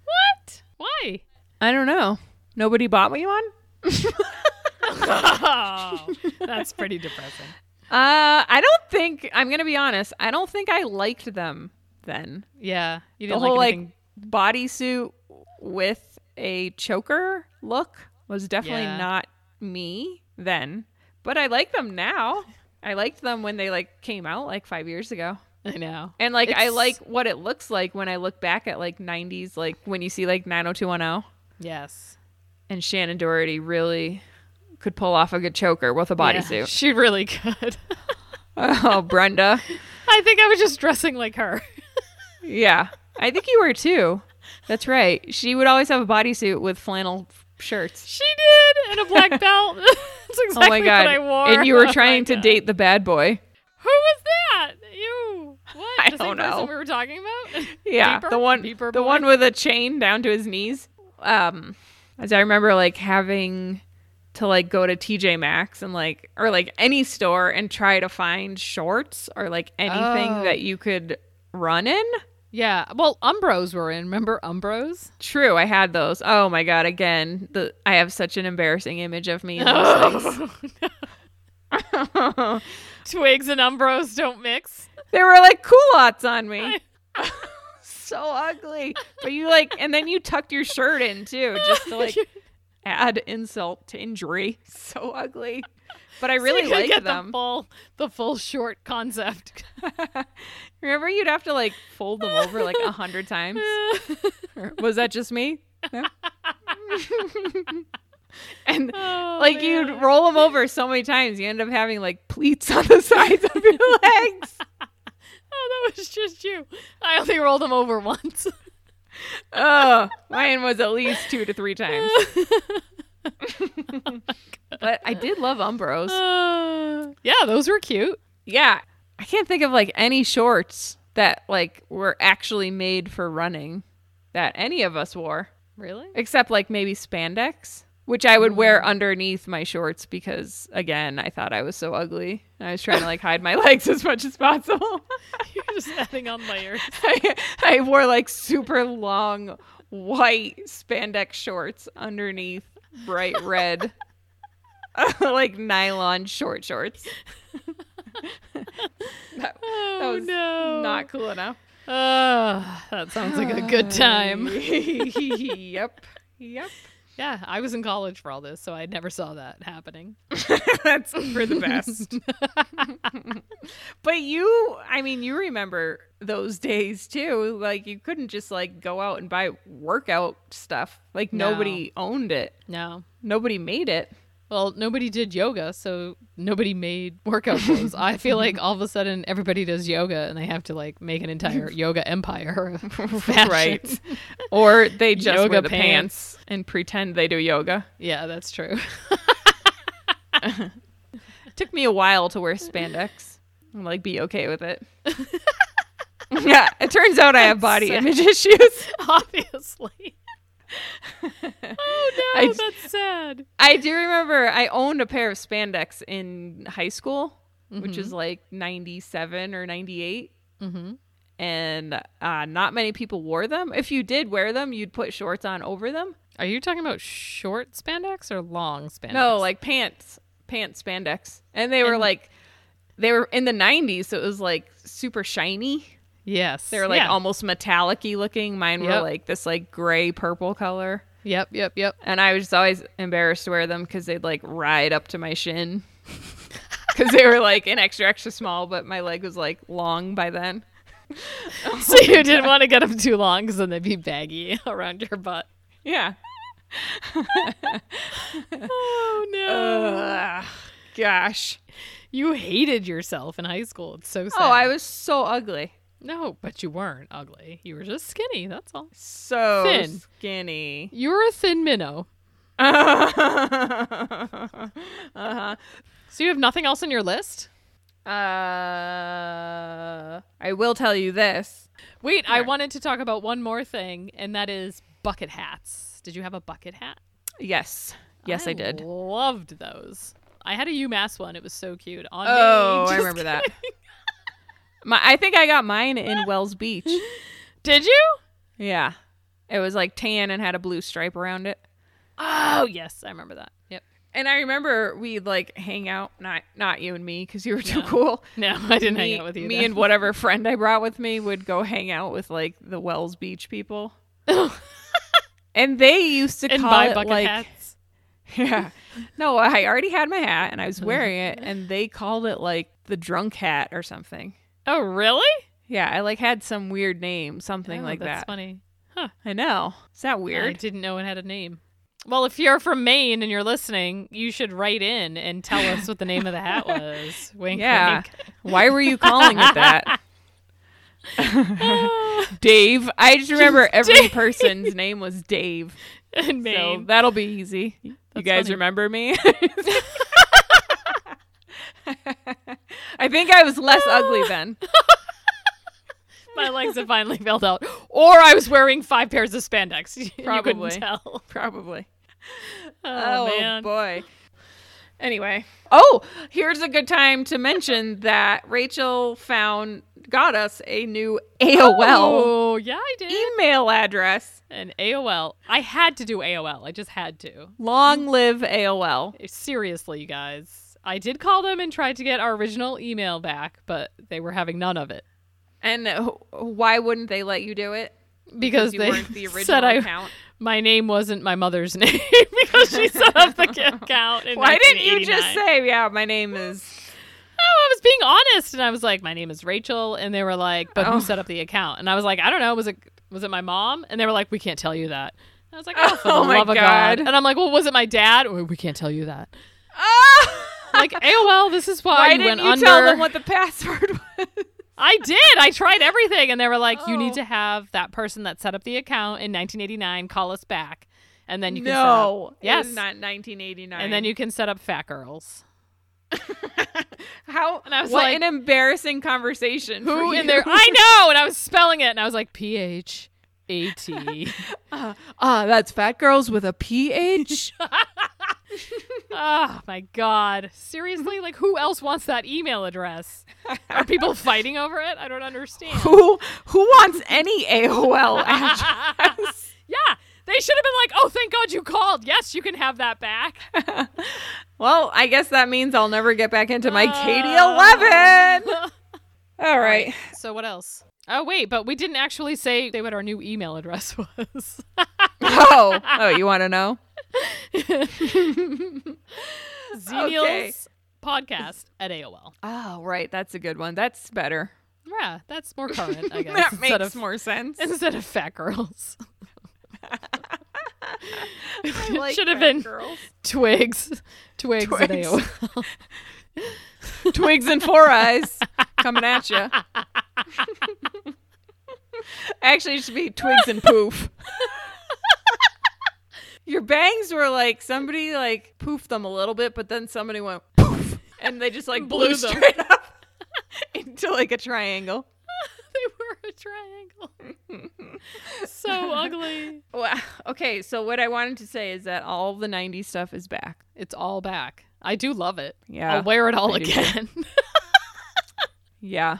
B: What? Why?
C: I don't know. Nobody bought me one.
B: Oh, that's pretty depressing.
C: Uh, I don't think I'm gonna be honest. I don't think I liked them then.
B: Yeah, you
C: The
B: didn't
C: whole
B: like
C: like,
B: anything.
C: bodysuit with a choker look was definitely
B: Yeah.
C: not me then. But I like them now. I liked them when they like came out like five years ago.
B: I know.
C: And like I
B: It's-
C: like what it looks like when I look back at like 90s like when you see like 90210
B: Yes,
C: and Shannon Doherty really could pull off a good choker with a
B: Yeah,
C: bodysuit.
B: she really could.
C: oh, Brenda.
B: I think I was just dressing like her.
C: Yeah. I think you were too. That's right. She would always have a bodysuit with flannel f- shirts.
B: She did, and a black belt. that's exactly
C: oh my god.
B: what I wore.
C: And you
B: Oh
C: were
B: my
C: trying to
B: God.
C: date the bad boy.
B: Who was that? You. What?
C: I
B: the same
C: don't know.
B: person we were talking about.
C: Yeah,
B: Beeper?
C: the one,
B: Beeper
C: the
B: boy?
C: one with a chain down to his knees. Um, as I remember, like having to like go to TJ Maxx and like or like any store and try to find shorts or like anything
B: Oh.
C: that you could run in.
B: Yeah. Well, Umbros were in. Remember Umbros?
C: True, I had those. Oh my god, again, the I have such an embarrassing image of me in those things.
B: Twigs and Umbros don't mix.
C: They were like culottes on me. so ugly. But you like and then you tucked your shirt in too, just to like add insult to injury. So ugly. But I really
B: so you could
C: liked
B: get
C: them.
B: the full, the full short concept.
C: Remember you'd have to like fold them over like a hundred times? Or Was that just me? No? and
B: Oh,
C: like
B: man.
C: you'd roll them over so many times, you end up having like pleats on the sides of your legs.
B: Oh, that was just you. I only rolled them over once.
C: oh, mine was at least two to three times. but I did love Umbros.
B: Uh, yeah, those were cute.
C: Yeah, I can't think of like any shorts that like were actually made for running that any of us wore,
B: Really?
C: except like maybe spandex. which I would
B: Mm.
C: wear underneath my shorts because again, I thought I was so ugly. And I was trying to like hide my legs as much as possible.
B: You're just adding on layers.
C: I, I wore like super long white spandex shorts underneath bright red like nylon short shorts. that,
B: Oh
C: that was
B: no!
C: not cool enough.
B: Ugh, that sounds like a good time.
C: yep. Yep.
B: yeah, I was in college for all this, so I never saw that happening.
C: That's for the best. but you, I mean, you remember those days too. Like you couldn't just like go out and buy workout stuff. Like
B: No.
C: nobody owned it.
B: No.
C: Nobody made it.
B: Well, nobody did yoga, so nobody made workout clothes. I feel like all of a sudden everybody does yoga and they have to like make an entire yoga empire of fashion.
C: Right. Or they just
B: Yoga
C: wear the
B: pants.
C: pants. and pretend they do yoga.
B: Yeah, that's true.
C: took me a while to wear spandex and like be okay with it. yeah, it turns out I have body
B: sad.
C: image issues.
B: Obviously. oh no,
C: I-
B: that's sad.
C: I do remember I owned a pair of spandex in high school, which is like 97 or 98.
B: Mm-hmm.
C: And uh, not many people wore them. If you did wear them, you'd put shorts on over them.
B: Are you talking about short spandex or long spandex?
C: No, like pants, pants spandex. And they were
B: And-
C: like, they were in the 90s, so it was like super shiny.
B: yes,
C: They were like
B: Yeah.
C: almost metallic y looking. Mine were
B: Yep.
C: like this like gray purple color.
B: Yep, yep, yep.
C: And I was just always embarrassed to wear them because they'd like ride up to my shin. Because they were like an extra, extra small, but my leg was like long by then.
B: so you didn't want to get them too long because then they'd be baggy around your butt.
C: Yeah.
B: Oh no!
C: Ugh, gosh.
B: you hated yourself in high school. It's so sad.
C: Oh, I was so ugly.
B: no, but you weren't ugly. You were just skinny. That's all.
C: So
B: Thin.
C: skinny.
B: You were a thin minnow.
C: uh-huh.
B: So you have nothing else on your list?
C: Uh, I will tell you this.
B: Wait, I wanted to talk about one more thing, and that is bucket hats. Did you have a bucket hat?
C: Yes. Yes, I did.
B: Loved those. I had a UMass one. It was so cute. On
C: Oh,
B: me.
C: I
B: Just
C: remember that. My, I think I got mine in Wells Beach.
B: kidding. Did you?
C: Yeah, it was like tan and had a blue stripe around it.
B: Oh yes, I remember that. Yep.
C: And I remember we'd like hang out, not not you and me, because you were too
B: No.
C: cool.
B: No, I didn't
C: me,
B: hang out with you.
C: me
B: then.
C: and whatever friend I brought with me would go hang out with like the Wells Beach people, and they used to
B: and
C: call
B: buy
C: it
B: bucket
C: like
B: hats.
C: yeah. No, I already had my hat and I was wearing it, and they called it like the drunk hat or something.
B: Oh really?
C: Yeah, I like had some weird name, something
B: Oh,
C: like
B: that's
C: that.
B: Funny.
C: I know. Is that
B: I
C: weird?
B: didn't know it had a name. Well, if you're from Maine and you're listening, you should write in and tell us what the name of the hat was. Wink,
C: Yeah.
B: wink.
C: Why were you calling it that? Dave. I just remember every person's name was Dave.
B: In
C: So
B: Maine.
C: that'll be easy. you
B: That's
C: guys
B: funny.
C: remember me? I think I was less ugly then.
B: My legs had finally bailed out. Or I was wearing five pairs of spandex. You
C: Probably.
B: couldn't tell.
C: Probably.
B: Oh, man.
C: boy. Anyway. Oh, here's a good time to mention that Rachel found got us a new AOL
B: Oh, yeah, I did.
C: email address.
B: And AOL. I had to do AOL. I just had to.
C: Long live AOL.
B: Seriously, you guys. I did call them and tried to get our original email back, but they were having none of it.
C: And uh, why wouldn't they let you do it?
B: Because
C: you
B: they
C: weren't the original
B: said I
C: account.
B: my name wasn't my mother's name because she set up the account. In
C: Why didn't you just
B: 1989.
C: say, "Yeah, my name is"?
B: Oh, I was being honest, and I was like, "My name is Rachel," and they were like, "But
C: Oh.
B: who set up the account?" And I was like, "I don't know. Was it was it my mom?" And they were like, "We can't tell you that." And I was like, "Oh, for
C: Oh
B: the
C: my
B: love of God!"
C: God.
B: And I'm like, "Well, was it my dad?" "Oh, We can't tell you that.
C: Oh!
B: Like AOL, this is why,
C: why
B: you
C: didn't
B: went
C: you
B: under.
C: tell them what the password was?
B: I did. I tried everything, and they were like, "You
C: Oh.
B: need to have that person that set up the account in 1989 call us back, and then you can set up-
C: no,
B: Yes.
C: it was not 1989.
B: and then you can set up fat girls."
C: how?
B: and I was
C: what
B: like,
C: an embarrassing conversation.
B: Who
C: for
B: in
C: you.
B: there? I know. And I was spelling it, and I was like, P H A T.
C: Ah, that's fat girls with a PH.
B: oh my god. Seriously? Like who else wants that email address? Are people fighting over it? I don't understand.
C: Who who wants any AOL address?
B: yeah. They should have been like, "Oh, thank God you called. Yes, you can have that back."
C: well, I guess that means I'll never get back into my Katie
B: Uh.
C: eleven. Oh. All right.
B: So what else? Oh wait, but we didn't actually say what our new email address was.
C: Oh, oh, you want to know?
B: Zenials
C: Okay.
B: podcast at AOL.
C: Oh, right. That's a good one. That's better.
B: Yeah, that's more current, I guess.
C: That
B: instead of,
C: makes more sense.
B: instead of fat girls.
C: I
B: It
C: like
B: should have
C: fat
B: been
C: girls.
B: twigs, twigs, at
C: Twigs.
B: AOL.
C: twigs and four eyes coming at you. Actually, it should be twigs and poof. Your bangs were like somebody like poofed them a little bit, but then somebody went poof, and they just like blew,
B: Blew them.
C: straight up into like a triangle.
B: they were a triangle. so ugly.
C: Wow. Okay, so what I wanted to say is that all the '90s stuff is back.
B: It's all back. I do love it.
C: Yeah,
B: I'll wear it all
C: I do too.
B: again.
C: yeah,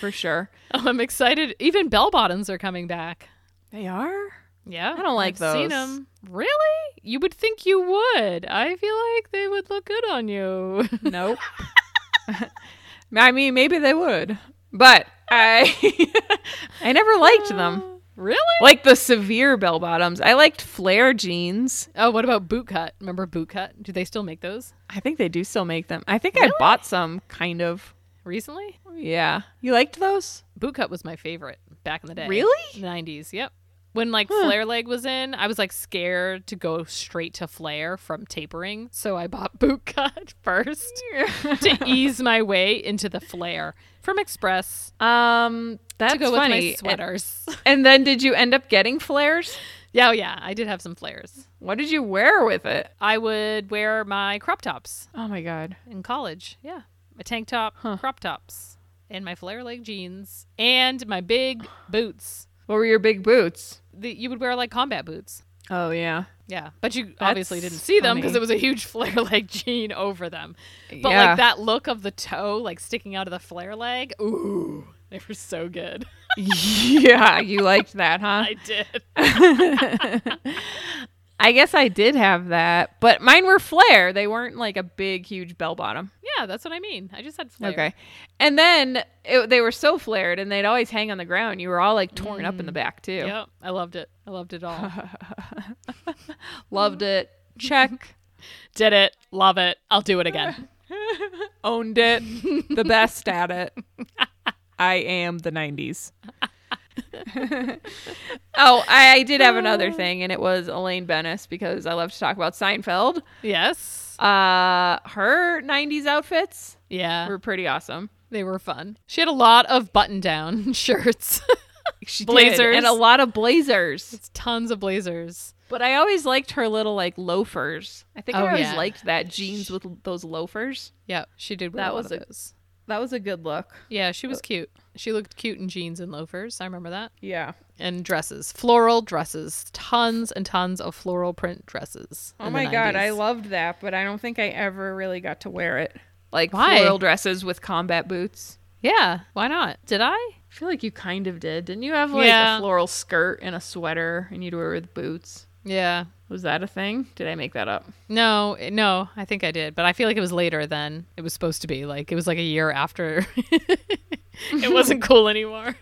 C: for sure.
B: I'm excited. Even bell bottoms are coming back.
C: They are.
B: Yeah,
C: I don't like
B: I've Seen
C: those.
B: them? Really? You would think you would. I feel like they would look good on you.
C: Nope. I mean, maybe they would, but I I never liked them.
B: really?
C: Like the severe bell bottoms. I liked flare jeans.
B: Oh, what about boot cut? Remember boot cut? Do they still make those
C: I think they do still make them. I think I bought some kind of.
B: recently?
C: Yeah. You liked those?
B: Boot cut was my favorite back in the day.
C: Really?
B: Nineties. Yep. When like
C: Huh.
B: flare leg was in, I was like scared to go straight to flare from tapering, so I bought boot cut first to ease my way into the flare from Express
C: um that's
B: to go
C: funny.
B: with my sweaters.
C: And, and then did you end up getting flares?
B: yeah, oh, yeah, I did have some flares.
C: What did you wear with it?
B: I would wear my crop tops
C: Oh my god.
B: in college. Yeah. My tank top, crop tops, and my flare leg jeans, and my big boots.
C: What were your big boots?
B: The, you would wear like combat boots.
C: Oh yeah.
B: Yeah. But you obviously
C: That's
B: didn't see them because
C: funny.
B: it was a huge flare leg jean over them. But
C: Yeah.
B: like that look of the toe, like sticking out of the flare leg, ooh, they were so good.
C: yeah, you liked that, huh?
B: I did.
C: I guess I did have that, but mine were flare. They weren't like a big, huge bell bottom.
B: Yeah, that's what I mean. I just had flare.
C: Okay. And then it, they were so flared and they'd always hang on the ground. You were all like torn up in the back, too.
B: Yep. I loved it. I loved it all.
C: Loved it. Check.
B: did it. Love it. I'll do it again.
C: Owned it. The best at it. I am the 90s. oh, I, I did have another thing, and it was Elaine Bennis because I love to talk about Seinfeld.
B: yes.
C: Uh, her 90s outfits
B: Yeah.
C: were pretty awesome.
B: They were fun. She had a lot of button down shirts.
C: She did,
B: Blazers.
C: and a lot of blazers.
B: it's tons of blazers.
C: But I always liked her little like loafers. I think
B: Oh,
C: I always
B: yeah.
C: liked that jeans with l- those loafers.
B: Yeah, she did wear
C: That
B: a lot
C: was
B: of
C: a- uh,
B: those.
C: That was a good look.
B: Yeah, she was cute. She looked cute in jeans and loafers. I remember that.
C: Yeah.
B: And dresses, floral dresses, tons and tons of floral print dresses.
C: Oh
B: in the
C: my god, I
B: 90s.
C: loved that, but I don't think I ever really got to wear it. Like
B: Why?
C: floral dresses with combat boots.
B: Yeah, why not? Did I?
C: I feel like you kind of did. Didn't you have like
B: Yeah.
C: a floral skirt and a sweater and you'd wear it with boots?
B: Yeah.
C: Was that a thing? Did I make that up?
B: No, it- no, I think I did, but I feel like it was later than it was supposed to be. Like it was like a year after. it wasn't cool anymore.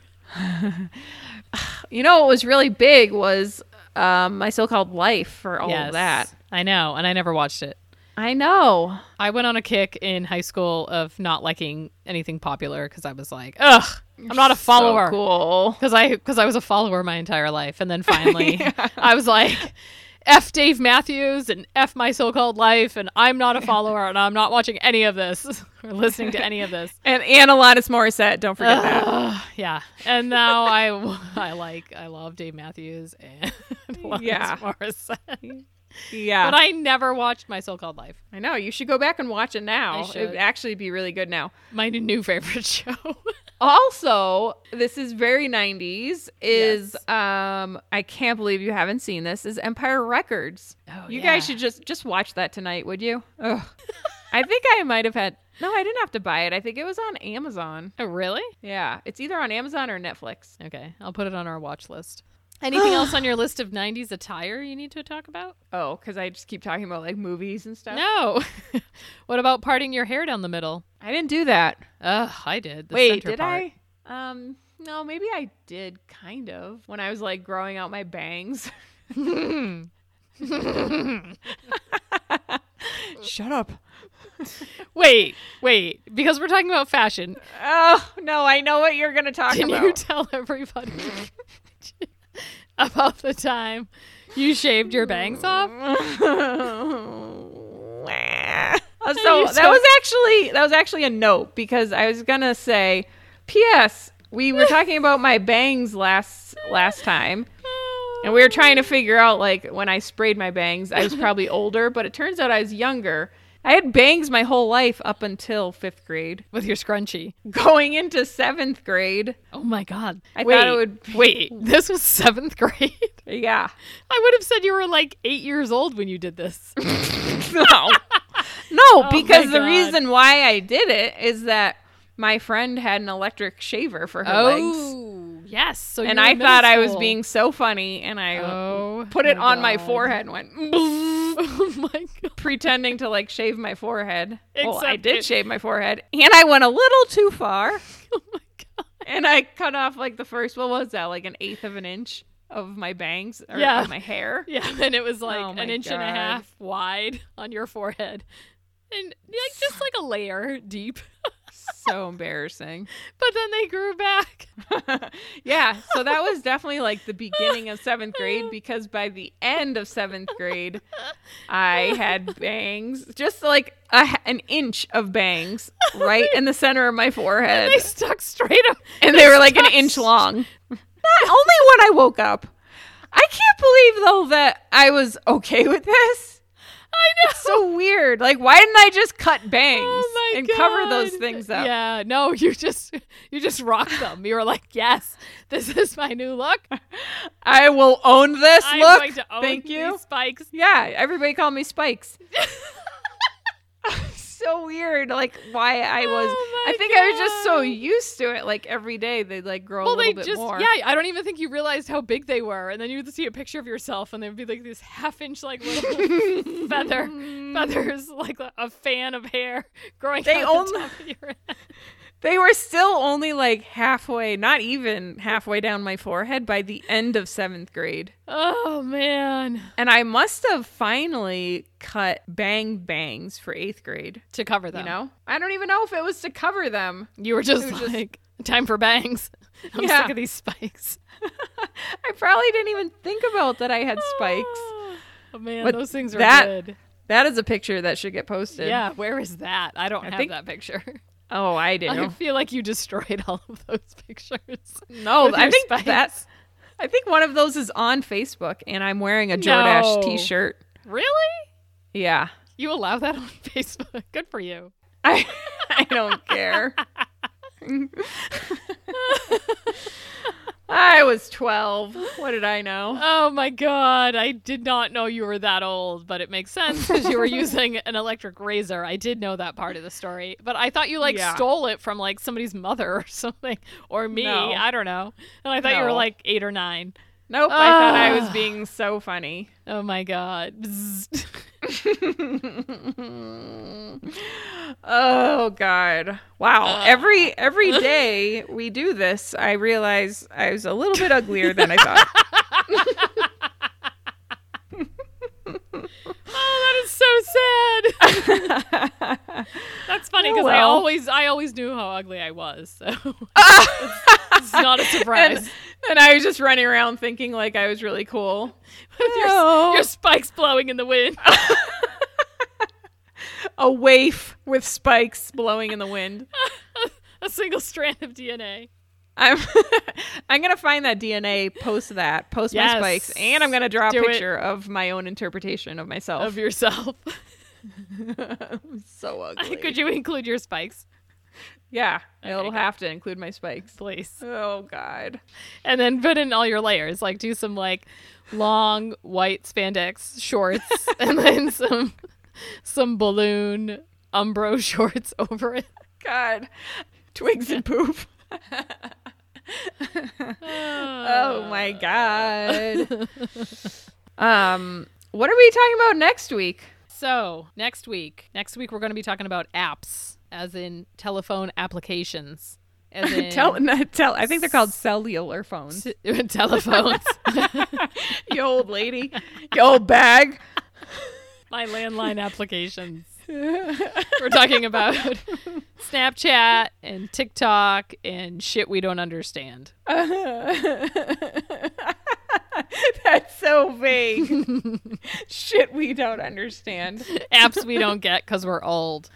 C: You know what was really big was um, my so-called life for all
B: yes,
C: of that.
B: I know, and I never watched it.
C: I know.
B: I went on a kick in high school of not liking anything popular because I was like, ugh, I'm not a follower.
C: So cool.
B: Because I because I was a follower my entire life, and then finally I was like, f Dave Matthews and f my so-called life, and I'm not a follower, and I'm not watching any of this or listening to any of this.
C: And Annalise Morissette, don't forget that.
B: Ugh, yeah, and now I I like I love Dave Matthews and Alanis
C: Yeah.
B: Morissette.
C: Yeah.
B: but I never watched my so-called life.
C: I know. You should go back and watch it now.
B: I
C: It would
B: should.
C: actually be really good now.
B: My new favorite show.
C: Also, this is very 90s is
B: Yes.
C: um I can't believe you haven't seen this is Empire Records.
B: Oh,
C: you
B: yeah.
C: guys should just just watch that tonight, would you? Ugh. I think I might have had No, I didn't have to buy it. I think it was on Amazon.
B: Oh, really?
C: Yeah, it's either on Amazon or Netflix.
B: Okay, I'll put it on our watch list. Anything else on your list of 90s attire you need to talk about?
C: Oh, cuz I just keep talking about like movies and stuff.
B: No. what about parting your hair down the middle?
C: I didn't do that.
B: Ugh, I did. The
C: Wait,
B: center
C: did
B: part.
C: I? Um, no, maybe I did kind of when I was like growing out my bangs. Shut up.
B: Wait, wait, because we're talking about fashion.
C: Oh, no, I know what you're going to talk
B: Can
C: about.
B: you tell everybody about the time you shaved your bangs off?
C: Uh,
B: you
C: so that
B: so-
C: was actually that was actually a note because I was going to say PS we were talking about my bangs last last time and we were trying to figure out like when I sprayed my bangs, I was probably older, but it turns out I was younger. I had bangs my whole life up until 5th grade.
B: With your scrunchie.
C: Going into 7th grade,
B: Oh my god.
C: I
B: wait,
C: thought it would be-
B: Wait, this was 7th grade.
C: yeah.
B: I would have said you were like 8 years old when you did this.
C: No. No,
B: Oh my
C: because the
B: God.
C: reason why I did it is that my friend had an electric shaver for her legs.
B: yes. So
C: And
B: you were
C: I
B: Oh, in
C: thought
B: middle
C: I was
B: school.
C: being so funny and I
B: Oh
C: put it
B: my
C: on my
B: God.
C: forehead and went
B: oh my god.
C: pretending to like shave my forehead. well, I
B: Except
C: did
B: it-
C: shave my forehead, and I went a little too far,
B: Oh my god.
C: and I cut off like the first. What was that? Like an eighth of an inch of my bangs or
B: Yeah.
C: of my hair.
B: Yeah, and it was like
C: Oh
B: an
C: my
B: inch and a
C: God.
B: half wide on your forehead. And like just like a layer deep.
C: So embarrassing.
B: But then they grew back.
C: yeah, so that was definitely like the beginning of seventh grade because by the end of seventh grade, I had bangs, just like a, an inch of bangs right in the center of my forehead.
B: They stuck straight up.
C: and they were like an inch long. Not only when I woke up. I can't believe though that I was okay with this.
B: I know.
C: It's so weird. Like, why didn't I just cut bangs
B: Oh my
C: and
B: God.
C: cover those things up?
B: Yeah, no, you just you just rocked them. You were like, "Yes, this is my new look.
C: I will own this
B: I'm
C: look.
B: going to own
C: Thank
B: these
C: you.
B: spikes."
C: Yeah, everybody called me Spikes. so weird. Like, why I was.
B: Oh my
C: I think I was just so
B: God.
C: used to it. Like every day, they'd like grow a
B: Well,
C: little
B: they
C: bit
B: just
C: more.
B: yeah. I don't even think you realized how big they were, and then you would see a picture of yourself, and there'd be like this half inch like little feather feathers, like a, a fan of hair growing.
C: Mm. They
B: out the
C: only-
B: top of your head.
C: They were still only like halfway, not even halfway down my forehead by the end of seventh grade.
B: Oh man,
C: And I must have finally cut bang bangs for eighth grade.
B: to cover
C: You
B: them,
C: know? I don't even know if it was to cover them.
B: you were just
C: It was just-
B: like, "Time for bangs." I'm
C: Yeah.
B: sick of these spikes.
C: I probably didn't even think about that I had spikes.
B: Oh man,
C: But
B: those things are
C: that-
B: good.
C: That is a picture that should get posted.
B: Yeah, where is that? I don't have
C: think-
B: that picture.
C: Oh, I do.
B: I feel like you destroyed all of those pictures.
C: no,
B: with
C: I
B: your
C: think
B: spikes.
C: that's I think one of those is on Facebook and I'm wearing a Jordash
B: No.
C: t-shirt.
B: Really?
C: Yeah.
B: You allow that on Facebook? Good for you.
C: I, I don't care. I was 12. What did I know?
B: Oh my god, I did not know you were that old, but it makes sense because you were using an electric razor. I did know that part of the story, but I thought you like
C: Yeah.
B: stole it from like somebody's mother or something, or me.
C: No.
B: I don't know. And I thought you were
C: No.
B: like eight or nine.
C: Nope, I thought I was
B: Ah.
C: being so funny.
B: Oh my god. Bzzz.
C: oh god. Wow.
B: Ah.
C: Every every day we do this, I realize I was a little bit uglier than I thought.
B: oh, that is so sad. That's funny
C: Oh,
B: because I
C: well.
B: always I always knew how ugly I was, so it's not a surprise.
C: and, and I was just running around thinking like I was really cool.
B: With your,
C: No.
B: your spikes blowing in the wind.
C: A waif with spikes blowing in the wind.
B: a single strand of DNA.
C: I'm I'm gonna find that DNA, post that, post
B: Yes.
C: my spikes, and I'm gonna draw a
B: Do it.
C: picture of my own interpretation of myself.
B: of yourself.
C: so ugly.
B: Could you include your spikes?
C: Yeah, it'll
B: good.
C: have to include my spikes.
B: please.
C: Oh God.
B: And then put in all your layers. Like do some like long white spandex shorts and then some some balloon umbro shorts over it.
C: God. Twigs and poop. Oh my
B: Ah.
C: god. um what are we talking about next week?
B: So, next week, next week we're going to be talking about apps as in telephone applications. As in
C: Tell, no, tell. I think they're called cellular phones.
B: telephones.
C: you old lady, you old bag.
B: my landline applications. We're talking about Snapchat and TikTok and shit we don't understand.
C: That's so vague. Shit, we don't understand.
B: Apps we don't get because we're old.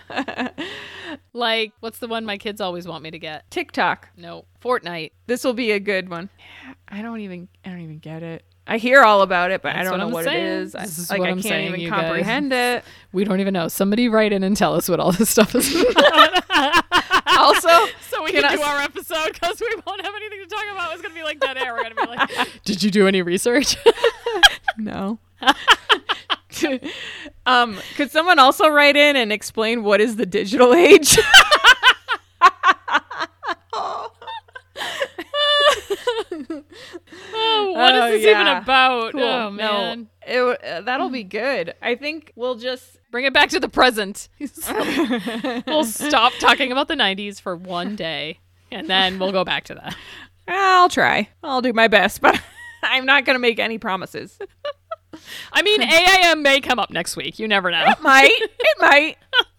B: Like, what's the one my kids always want me to get?
C: TikTok.
B: No, Fortnite.
C: This will be a good one. I don't even. I don't even get it. I hear all about it, but I
B: That's
C: don't
B: what
C: know
B: I'm
C: what
B: saying.
C: it is. I-
B: This is
C: like
B: what
C: I
B: I'm
C: can't
B: saying,
C: even
B: you guys.
C: comprehend it.
B: We don't even know. Somebody write in and tell us what all this stuff is. about.
C: Also,
B: So we
C: Can
B: can,
C: I
B: do
C: s-
B: our episode because we won't have anything to talk about. It's gonna be like dead air. We're gonna be like, did you do any research?
C: No. um, could someone also write in and explain what is the digital age?
B: oh, what is
C: Oh,
B: this even
C: yeah.
B: about?
C: Cool.
B: Oh man,
C: No, it, w- uh, that'll be good. I think we'll just
B: bring it back to the present. we'll stop talking about the '90s for one day, and then we'll go back to that.
C: I'll try. I'll do my best, but I'm not going to make any promises.
B: I mean, AIM may come up next week. You never know.
C: Might. It might.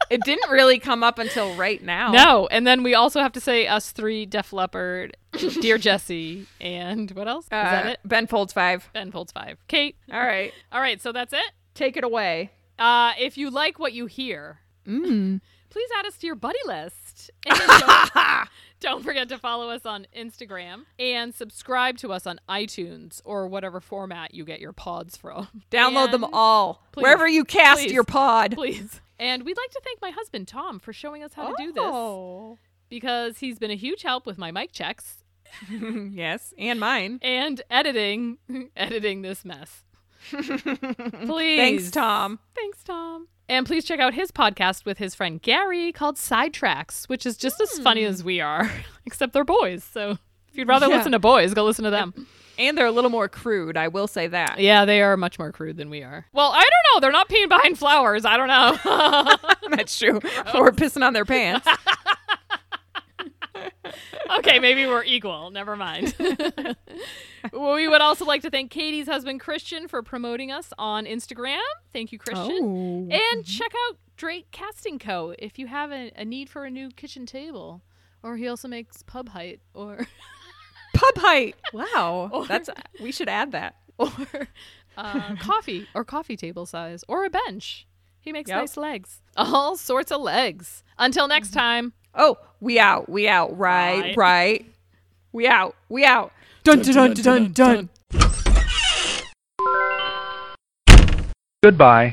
C: It didn't really come up until right now. Uh,
B: No, and then we also have to say us three, Def Leppard, Dear Jesse, and what else?
C: Uh,
B: is that it?
C: Ben Folds 5.
B: Ben Folds Five. Kate.
C: All right.
B: All right, so that's it.
C: Take it away.
B: Uh, if you like what you hear, please add us to your buddy list. And don't, don't forget to follow us on Instagram and subscribe to us on iTunes or whatever format you get your pods from.
C: Download them
B: And-
C: all.
B: Please.
C: Wherever you cast
B: Please.
C: your pod.
B: Please. And we'd like to thank my husband, Tom, for showing us how to do
C: Oh.
B: this because he's been a huge help with my mic checks
C: yes, and mine.
B: and editing editing this mess. please.
C: Thanks, Tom.
B: Thanks, Tom. And please check out his podcast with his friend Gary called Sidetracks, which is just as funny as we are, except they're boys. So if you'd rather
C: Yeah.
B: listen to boys, go listen to them.
C: And they're a little more crude, I will say that.
B: Yeah, they are much more crude than we are. Well, I don't know. They're not peeing behind flowers. I don't know.
C: That's true. or pissing on their pants.
B: okay, maybe we're equal. Never mind. Well, we would also like to thank Katie's husband, Christian, for promoting us on Instagram. Thank you, Christian.
C: Oh.
B: And check out Drake Casting Co. if you have a, a need for a new kitchen table. Or he also makes pub height or
C: Pub height. Wow.
B: Or-
C: That's we should add that.
B: or uh, coffee or coffee table size or a bench. He makes
C: Yep.
B: nice legs. All sorts of legs. Until next time.
C: Oh, we out. We out.
B: Right.
C: Right. Right. We out. We out. dun dun dun dun. dun.
A: Goodbye.